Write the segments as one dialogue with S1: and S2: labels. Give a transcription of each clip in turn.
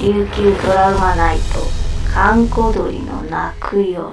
S1: 琉球ドラマナイト観光鳥の泣く夜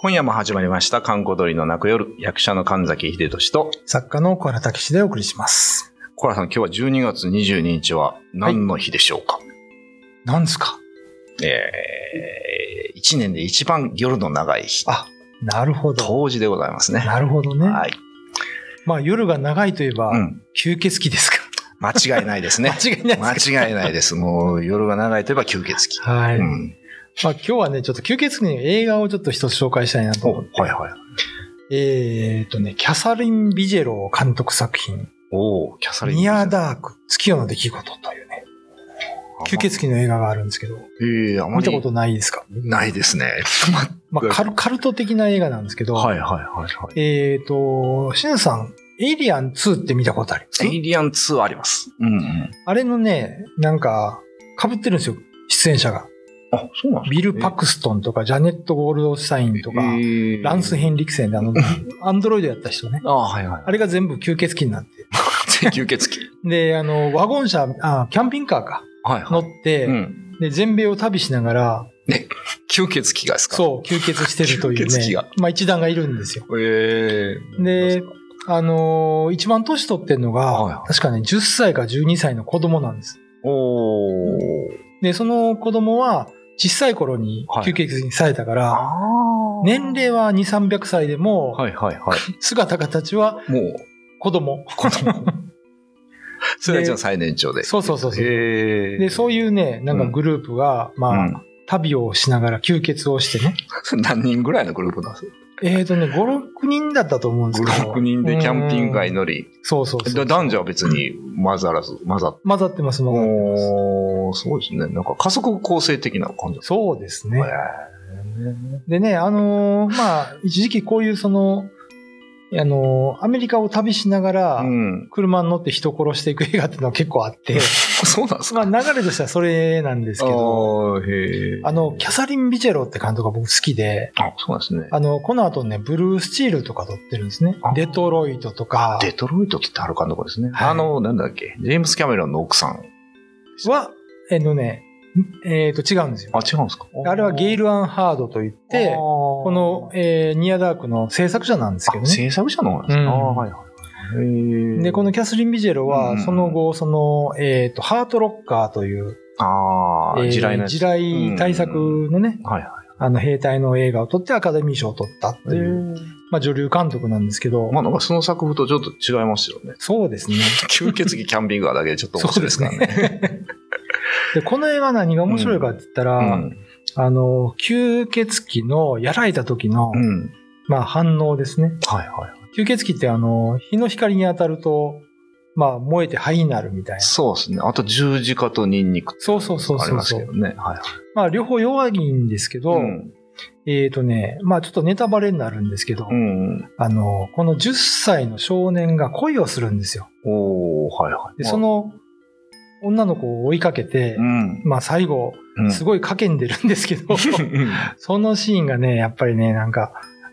S2: 今夜も始まりました、観光鳥の泣く夜、役者の神崎秀俊と、
S3: 作家の小原武史でお送りします。
S2: コラさん、今日は12月22日は何の日でしょうか、
S3: なんですか
S2: えー、1年で一番夜の長い日、
S3: あ、なるほど。
S2: 冬至でございますね。
S3: なるほどね。
S2: はい。
S3: まあ夜が長いといえば、
S2: うん。
S3: 吸血鬼ですか。
S2: 間違いないですね。
S3: 間違いないです
S2: 間違いないです。もう夜が長いといえば吸血
S3: か。はい。
S2: 鬼。う
S3: まあ
S2: ん。
S3: 今日はね、ちょっと吸血鬼の映画をちょっと一つ紹介したいなと
S2: お
S3: 思って。
S2: はいはい。
S3: えーとね、キャサリン・ビジェロ監督作品、
S2: おーキャサリン。
S3: ニア・ダーク、月夜の出来事というね、吸血鬼の映画があるんですけど、
S2: 鬼。ええあまり
S3: 見たことないですか
S2: ないですね。
S3: まあカルカルト的な映画なんですけど、
S2: はいはいはいはい。
S3: えーと、シンさん、エイリアン2って見たことあります
S2: エイリアン2あります。うんうん。
S3: あれのね、なんか、被ってるんですよ、出演者が。
S2: あ、そうなんですか
S3: ビル・パクストンとか、ジャネット・ゴールドスタインとか、ランス・ヘ
S2: ン。
S3: ンリクセンで、 あの、アンドロイドやった人ね。
S2: あはい はい。
S3: あれが全部吸血鬼になって。
S2: 吸血鬼。
S3: で、あの、ワゴン車、あキャンピングカーか、
S2: はいは
S3: 乗っ
S2: い。
S3: て、
S2: うん。
S3: で、全米を旅しながら、
S2: 吸血鬼がですか
S3: そう、吸血してるという
S2: 吸血鬼
S3: ね
S2: が、
S3: まあ一団がいるんですよ。
S2: う。ええ
S3: で、あのー一番年取ってんのが、
S2: はいはい
S3: 確かね、10歳か12歳の子供なんです。
S2: おー。
S3: で、その子供は小さい頃に
S2: はい
S3: 吸血鬼にされたから、
S2: あ
S3: 年齢は2、300歳でも、
S2: はいはい はい。
S3: 姿形は
S2: もう、
S3: 子供。
S2: 子供。それはじゃあ最年長で。
S3: そうそうそうそう。
S2: へえ。
S3: で、そういうね、なんかグループが、ま
S2: う
S3: あ、
S2: ん。
S3: 旅をしながら吸血をしてね。
S2: 何人ぐらいのグループなんですか
S3: えーとね、5、6人だったと思うんですけど。
S2: ?5、6人でキャンピングカーに
S3: の。
S2: 乗り、
S3: そうそうそ
S2: だ
S3: う。
S2: 男女は別に混ざらず、混ざっ
S3: 混ざってます、混ざってます。
S2: おーそうですね。なんか家族構成的な感じです
S3: そうですね
S2: ね。。
S3: でね、あのーまあ、一時期こういうその、あのーアメリカを旅しながら、
S2: うん。
S3: 車に乗って人殺していく映画っていうのは結構 あって、
S2: そうなんです
S3: まあ
S2: か
S3: 流れとしてはそれなんですけど、
S2: あーへー
S3: あの、キャサリン・ビチェロって監督が僕好きで、
S2: あ、そうなんですね。
S3: あの、この後ね、ブルースチールとか撮ってるんですね
S2: あ。
S3: デトロイトとか
S2: デトロイトってある監督ですね。
S3: はい
S2: あの、なんだっけ、ジェームス・キャメロンの奥さん。
S3: は、えっとね、えっ、と、違うんですよ。
S2: あ、違うんですか
S3: あれはゲイ
S2: ル
S3: ル・アンハードといって、こ
S2: こ
S3: の、、えーニア・ダークの制作者なんですけ
S2: あ
S3: どね。
S2: 制作者の方なんです
S3: う
S2: ね。
S3: ん
S2: あーはいはいはい。へー
S3: で、このキャスリン・ビジェロ
S2: うん
S3: は
S2: う、ん
S3: その後、その、えっ、と、ハートロッカーという、
S2: あ
S3: え
S2: ー
S3: ー
S2: 地雷のやつ
S3: 地雷対策のね、
S2: はいは
S3: あの、兵隊の映画を撮ってアカデミー賞を取ったって
S2: い。
S3: いう、まあ、女流監督なんですけど、
S2: まあなんかその作風とちょっと違います よね。
S3: そうですね。
S2: 吸血鬼キャンピングカーだけでちょっと面白いですからね。
S3: で、この映画何が面白いかって言ったら、
S2: うん
S3: あの、吸血鬼のやられた時の、
S2: うん。
S3: まあ、反応ですね。
S2: はいはい。
S3: 吸血鬼ってあの、日の光に当たると、まあ、燃えて灰になるみたいな。
S2: そうですね。あと十字架とニンニク
S3: そうそうそう
S2: あり
S3: そう
S2: ます
S3: そ
S2: け
S3: う。
S2: どね。はいはい。
S3: まあ、両方弱いんですけど、
S2: ん。
S3: えっ、とね、まあ、ちょっとネタバレになるんですけど、
S2: うん。
S3: あの、この10歳の少年が恋をするんですよ。
S2: おー、はいはい。
S3: で、そ、の、女の子を追いかけて、
S2: うん。
S3: まあ最後、
S2: うん
S3: すごいかけんでるんです けど、
S2: うん
S3: そのシーンがね、やっぱりね、なんか、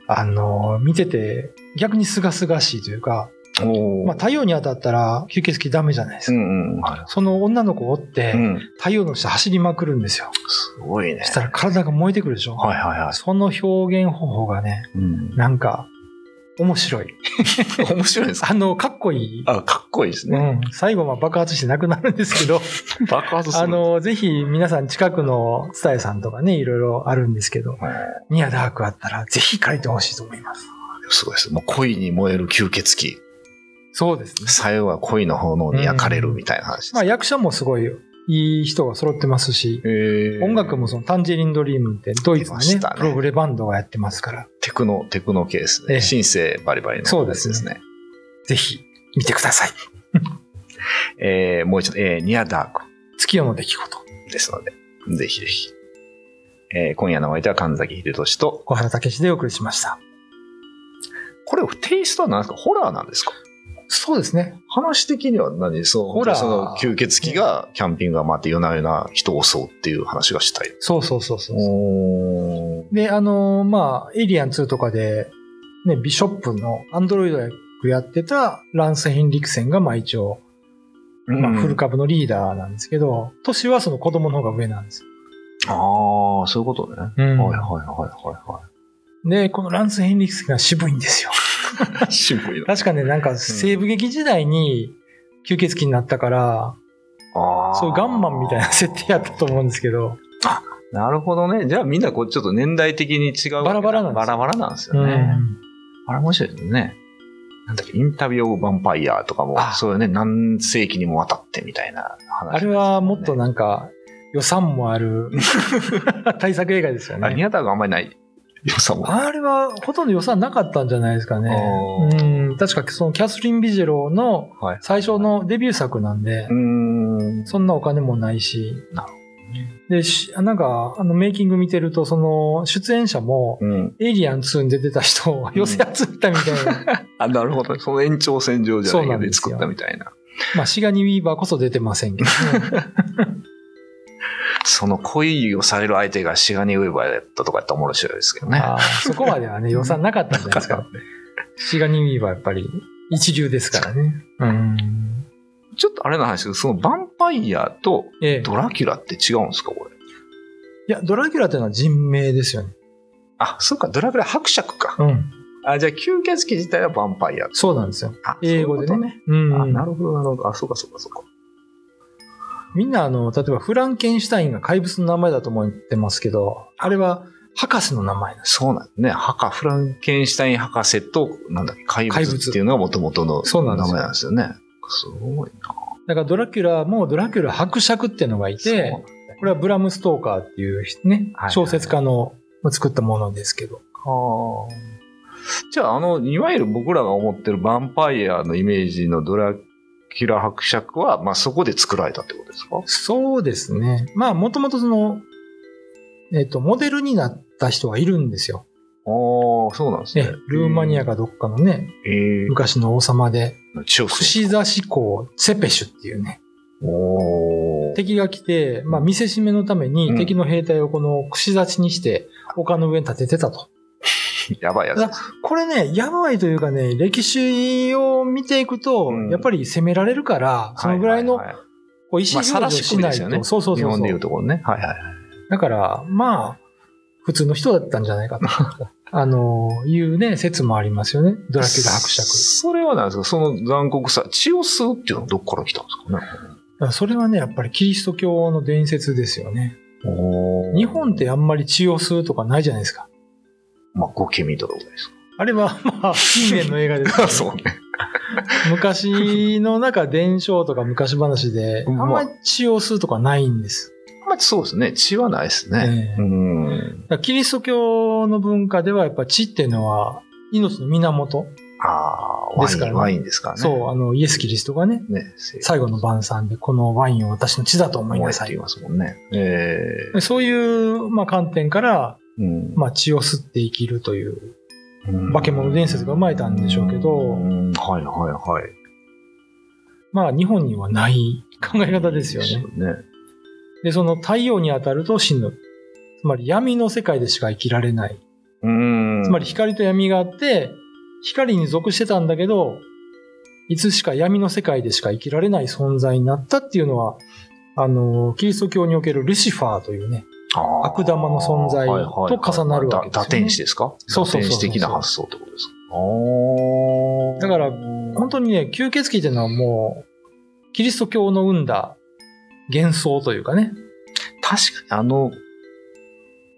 S3: あのー見てて、逆にすがすがしいというか、
S2: おー
S3: まあ太陽に当たったら吸血鬼ダメじゃないです
S2: う
S3: か。
S2: んうん。は
S3: その女の子を追っ
S2: い。
S3: て、
S2: うん。
S3: 太陽の下走りまくるんですよ。
S2: すごいね
S3: そし。たら体が燃えてくるでしょ、
S2: はいはいはい。
S3: その表現方法がね、
S2: うん、
S3: なんか、面白い。
S2: 面白いですか
S3: あの、かっこい い。
S2: あ、かっこいいです
S3: う
S2: ね。
S3: ん、最後は爆発してなくなるんです けど、
S2: 爆発する。
S3: あ、の、ぜひ皆さん近くの伝えさんとかね、いろいろあるんですけど、ニアダークあったら、ぜひ書いてほしいと思います。
S2: すごいです。もう恋に燃える吸血鬼。
S3: そうですね。
S2: 最後は恋の炎に焼かれるみたいな話です。
S3: まあ役者もすごいいい人が揃ってますし、
S2: えー
S3: 音楽もそのタンジェリンドリームってドイツのね
S2: 出ましたね
S3: プログレバンドがやってますから、
S2: テクノ、テクノ系です
S3: え
S2: ね。
S3: え
S2: シンセバリバリの
S3: そう
S2: や
S3: で
S2: つ
S3: す
S2: で
S3: ね
S2: すね。
S3: ぜひ見てください。
S2: えーもう一度、えーニアダーク。
S3: 月夜の出来事、
S2: ですので、ぜひぜひ。えー今夜のお相手は神崎秀俊と、
S3: 小原武史でお送りしました。
S2: これテイストは何ですかホラーなんですか
S3: そうですね。
S2: 話的には何そう、
S3: ホラー
S2: その吸血鬼がキャンピングが回って夜な夜な人を襲うっていう話がしたい。
S3: そうそうそうそう。
S2: おー
S3: で、あのーまあ、エイリアン2とかで、ね、ビショップのアンドロイド役やってたランス・ヘンリクセンが、まあ一応、まあ、
S2: うん
S3: 古株のリーダーなんですけど、年はその子供の方が上なんですよ。
S2: ああ、そういうことね。は
S3: う
S2: いは
S3: ん
S2: いはいはいは
S3: で、このランス・ヘンリクスが渋いんですよ。
S2: い。シンプルだ。
S3: 確かね、なんか西部劇時代に吸血鬼になったから、
S2: ああ。
S3: そういうガンマンみたいな設定やったと思うんですけど、
S2: なるほどね。じゃあみんなこうちょっと年代的に違うわけだ。
S3: バラバラなんですよ
S2: バラバラなんです
S3: う
S2: よね。
S3: ん、
S2: あれ面白いですね。なんだっけ、インタビューオブヴァンパイアとかも
S3: あ、
S2: そうよね、何世紀にもわたってみたいな話。
S3: あれはもっとなんか予算も ある対策映画ですよ
S2: あれ、
S3: ね。
S2: 宮田があんまりない良さも。
S3: あれはほとんど予算なかったんじゃないですかね。
S2: あ
S3: うん、確かそのキャスリン・ビジェロの
S2: はい
S3: 最初。のデビュー作なんで
S2: うー、ん。
S3: そんなお金もないし
S2: なる。
S3: で、しなんか、あの、メイキング見てると、その、出演者も、
S2: うん。
S3: エイリアン2に出てた人を寄せ集めたみたいな。
S2: あ、なるほど。その延長線上じゃ
S3: そう
S2: な
S3: ないん
S2: けど、
S3: ですよ
S2: 作ったみたいな。
S3: まあ、シガニ・ウィーバーこそ出てませんけど ね。
S2: その恋をされる相手がシガニウェーバーだったとかやって面白いですけどね。
S3: あーそこまではね、予算なかったんじゃないですか。シガニ・ウィーバーやっぱり一流ですからね。うん。
S2: ちょっとあれの話ですけど、そのヴァンパイアと
S3: ええ。
S2: ドラキュラって違うんですか、これ。
S3: いや、ドラキュラっていうのは人名ですよね。
S2: あ、そうか、ドラキュラ伯爵か。
S3: うん。
S2: あ、じゃあ吸血鬼自体はヴァンパイア。
S3: そうなんですよ。
S2: あ
S3: 英語でね。
S2: そういうこと
S3: うん。
S2: あなるほど、なるほど。あ、そうか、そうか、そうか。
S3: みんなあの、例えばフランケンシュタインが怪物の名前だと思ってますけど、あれは博士の名前なんです。
S2: そうなんですね。博フランケンシュタイン博士と、なんだっけ、怪
S3: 怪
S2: 物
S3: 物
S2: っていうのが元々の
S3: そう
S2: 名
S3: なんです
S2: 前
S3: よ
S2: なんですよね。すごいな。
S3: だからドラキュラもドラキュラ伯爵っていうのがいて、これはブラム・ストーカーっていうね
S2: はいはい、
S3: 小説家の作ったものですけど。
S2: はあ。じゃあ、あの、いわゆる僕らが思ってるヴァンパイアのイメージのドラキュラ伯爵は、まあ、そこで作られたってことですか
S3: そうですね。まあ、もともとその、えっ、と、モデルになった人がいるんですよ。
S2: ああ、そうなんですね
S3: ね。、ルーマニアかどっかのね、
S2: ええ
S3: 昔の王様で、
S2: 血を吸う
S3: 串刺し公ツェペシュっていうね、
S2: おー
S3: 敵が来て、まあ、見せしめのため
S2: うん
S3: に敵の兵隊をこの串刺しにして、丘の上に立ててたと。
S2: やばいやつ。
S3: これね、やばいというかね、歴史を見ていくと
S2: うん、
S3: やっぱり攻められるから、そのぐらいの
S2: ははは
S3: こう意
S2: まあ
S3: 思表示をしない
S2: 晒し込みですよ
S3: と。
S2: ね
S3: そうそうそうそう。
S2: 日本でいうところね。はいはいはい。
S3: だから、まあ、普通の人だったんじゃないかと。 あの、いうね、説もありますよね。ドラキュラ伯爵。
S2: それはなんですかその残酷さ、血を吸うっていうのはどっから来たんですかね
S3: だからそれはね、やっぱりキリスト教の伝説ですよね。日本っ、てあんまり血を吸うとかないじゃないですか。
S2: まあ、ゴケミドロぐらいです
S3: あれは、 まあ、近年の映画ですか
S2: か。
S3: ら
S2: そうね。
S3: 昔の中、伝承とか昔話で、あ
S2: うん
S3: んまり血を吸うとかないんです。
S2: まあ、そうですね。血はないですね。
S3: え
S2: う
S3: え
S2: ん
S3: だ。からキリスト教の文化では、やっぱ血っていうのは、命の源。
S2: ああ、ワ
S3: で
S2: イ
S3: す
S2: ン、
S3: からね
S2: ワインですからね。
S3: そう、あの、イエス・キリストがね、
S2: う。ね。せ
S3: 最後の晩餐でこのワインを私の血だと思い
S2: 思え
S3: な
S2: って
S3: さい
S2: 言い。ますもんね。ええ
S3: そういう、まあ、観点から、
S2: うん
S3: まあ、血を吸って生きるという。
S2: うん
S3: 化け物伝説が生まれたんでしょうけど
S2: うんはいはいはい。
S3: まあ、日本にはない考え方ですよ
S2: いい
S3: ね。
S2: ね。
S3: で、その太陽に当たると死ぬ。つまり闇の世界でしか生きられない。
S2: うん。
S3: つまり光と闇があって、光に属してたんだけど、いつしか闇の世界でしか生きられない存在になったっていうのは、あの、キリスト教におけるルシファーというね、
S2: あー
S3: 悪玉の存在と重なるわけですよね
S2: だ打天使ですか
S3: そうそうそうそ
S2: 打天
S3: う
S2: 使的な発想ってことですかああ。
S3: だから
S2: 本
S3: 本当にね、吸血鬼っていうのはもう、キリスト教の生んだ幻想というかね。
S2: 確かにあの、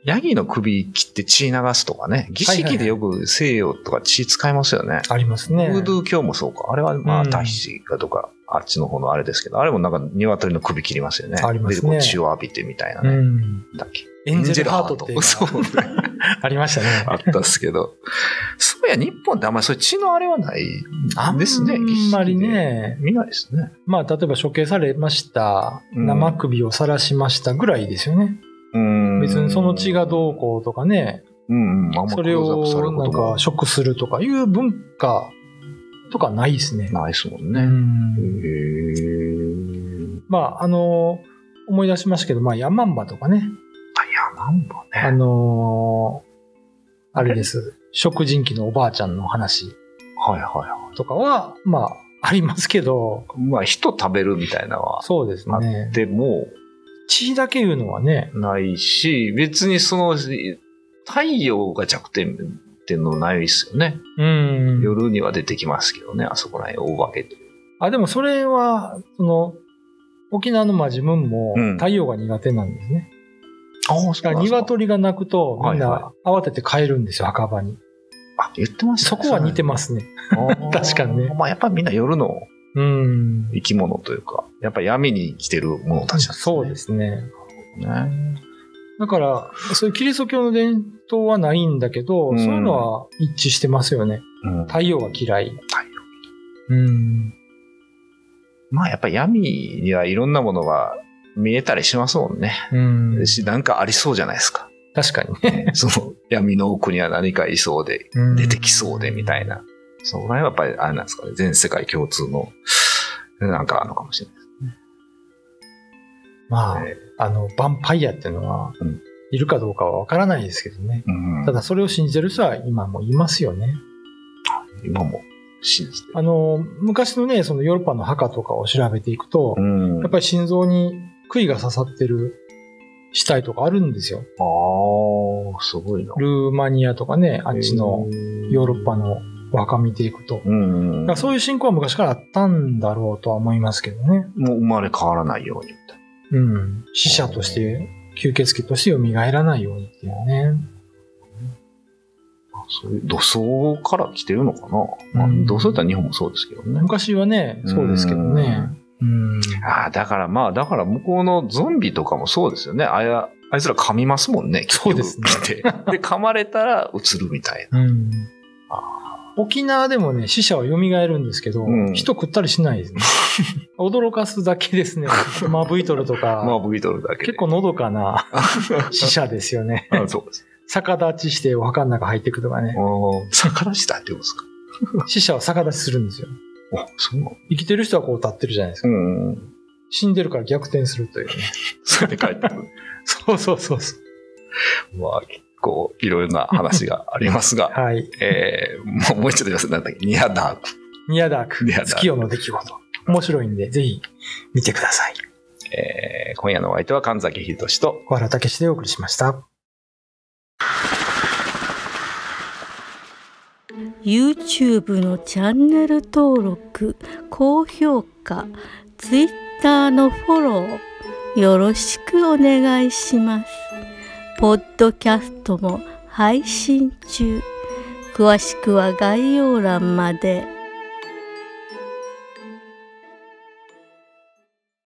S2: ヤギの首切って血流すとかね、儀式でよく西洋とか血使いますよね。
S3: ありますね。
S2: フードゥー教もそうか。あれは、まあ、
S3: うん
S2: タヒチかとか、あっちの方のあれですけど、あれもなんか、鶏の首切りますよね。
S3: ありますね
S2: で、こう血を浴びてみたいな
S3: う
S2: ね。
S3: ん。
S2: だっけ
S3: エンゼルハートって
S2: エン
S3: いうの
S2: ゼルハートそうね。
S3: がありましたね。
S2: あったっすけど。そういや、日本ってあんまりそういう血のあれはないですね。
S3: あんま
S2: 儀式で。
S3: りね、
S2: 見ないですね。
S3: まあ、例えば処刑されました、
S2: うん
S3: 生首を晒しましたぐらいですよね。別にその血がどうこうとかね、
S2: うんうん、あんま
S3: そ
S2: ク
S3: れ
S2: ローズアップされ
S3: を
S2: るこ
S3: なん
S2: とも
S3: か食するとかいう文化とかないですね。
S2: ないですもん
S3: う
S2: ね。へ
S3: ん
S2: ー
S3: まあ、あの、思い出しましたけど、まあ、ヤマンバとか
S2: あ、
S3: ね、
S2: いや、なんば
S3: あ
S2: ね。
S3: のーあれです。食人鬼のおばあちゃんの話
S2: はいはいはい。
S3: とかは、まあ、ありますけど、
S2: まあ、人食べるみたいなのは、
S3: そうですね。
S2: でも
S3: 血だけ言うのはね、
S2: ないし、別にその、太陽が弱点っていうのないですよね。
S3: うん。
S2: 夜には出てきますけどね、あそこらへん、大化けという。
S3: あ、でもそれは、その、沖縄のまあ自分も
S2: うん
S3: 太陽が苦手なんですね。
S2: ああ、
S3: だから鶏が鳴くとみん
S2: はいは
S3: な慌てて帰るんですよ、墓場に。
S2: あ、言ってました
S3: そ
S2: ね。
S3: こは似てますすね。
S2: あ
S3: 確かにね
S2: ーまあ、やっぱりみんな夜の
S3: うん。
S2: 生き物というか、やっぱり闇に生きてるものたちなんですね。
S3: そうですね。
S2: ね。
S3: だから、そういうキリスト教の伝統はないんだけど、
S2: うん
S3: そういうのは一致してますよね。
S2: うん
S3: 太陽が嫌い。
S2: 太陽
S3: うん。
S2: まあやっぱり闇にはいろんなものが見えたりしますもんね。
S3: うん。
S2: し、なんかありそうじゃないですか。
S3: 確 かにね。
S2: その闇の奥には何かいそうで、
S3: うん
S2: 出てきそうでみたい。な。そこら辺はやっぱりあれなんですかね。全世界共通の、なんかあるのかもしれない
S3: まあ
S2: え、
S3: あの、ヴァンパイアっていうのは
S2: うん、
S3: いるかどうかはわからないですけどね。
S2: うん
S3: ただ、それを信じてる人は今もいますよね。
S2: 今も信じてる。
S3: あの、昔のね、そのヨーロッパの墓とかを調べていくと、
S2: ん
S3: やっぱり心臓に杭が刺さってる死体とかあるんですよ。
S2: ああ、すごいな。
S3: ルーマニアとかね、あっちのヨーロッパのお墓見ていくと。
S2: うんうん、
S3: だからそういう信仰は昔からあったんだろうとは思いますけどね。
S2: もう生まれ変わらないようにみたい
S3: うん。死者として、吸血鬼として蘇らないようにっていうね。
S2: な。そういう土葬から来てるのかな。
S3: うん
S2: まあ、土葬だったら日本もそうですけどね。
S3: 昔はね、そうですけどね。うん。
S2: ああ、だからまあ、だから向こうのゾンビとかもそうですよね。あや、あいつら噛みますもんね。結局
S3: そうですね
S2: 来て で、噛まれたら映るみたい
S3: うん。沖縄でもね、死者は蘇るんですけど、
S2: うん
S3: 人食ったりしないです ね。驚かすだけですね。まあ、ブイトルと
S2: な。
S3: か、
S2: まあ、ブギトルだけで。
S3: 結構のど かな死者ですよね。
S2: あそうです。
S3: 逆立ちしてお墓の中入っていくとかね。
S2: おー逆らしたってことですか。
S3: 死者は逆立ちするんですよ。
S2: あ、そうなの
S3: 生きてる人はこう立ってるじゃないです
S2: う
S3: か。
S2: んうん。
S3: 死んでるから逆転するというね。
S2: それで帰ってくる。
S3: そうそうそうそう。
S2: まあ、結構いろいろな話があります が、
S3: はい。
S2: えー、もうもう一度言います。なんだっけ、ニアダーク。
S3: ニアダーク、
S2: ニアダーク
S3: 月夜の出来事。面白いんで、ぜひ見てください。
S2: えー、今夜のお相手は神崎秀俊と、
S3: 小原武史でお送りしました。
S4: YouTube のチャンネル登録高評価 Twitter のフォローよろしくお願いしますポッドキャストも配信中詳しくは概要欄まで。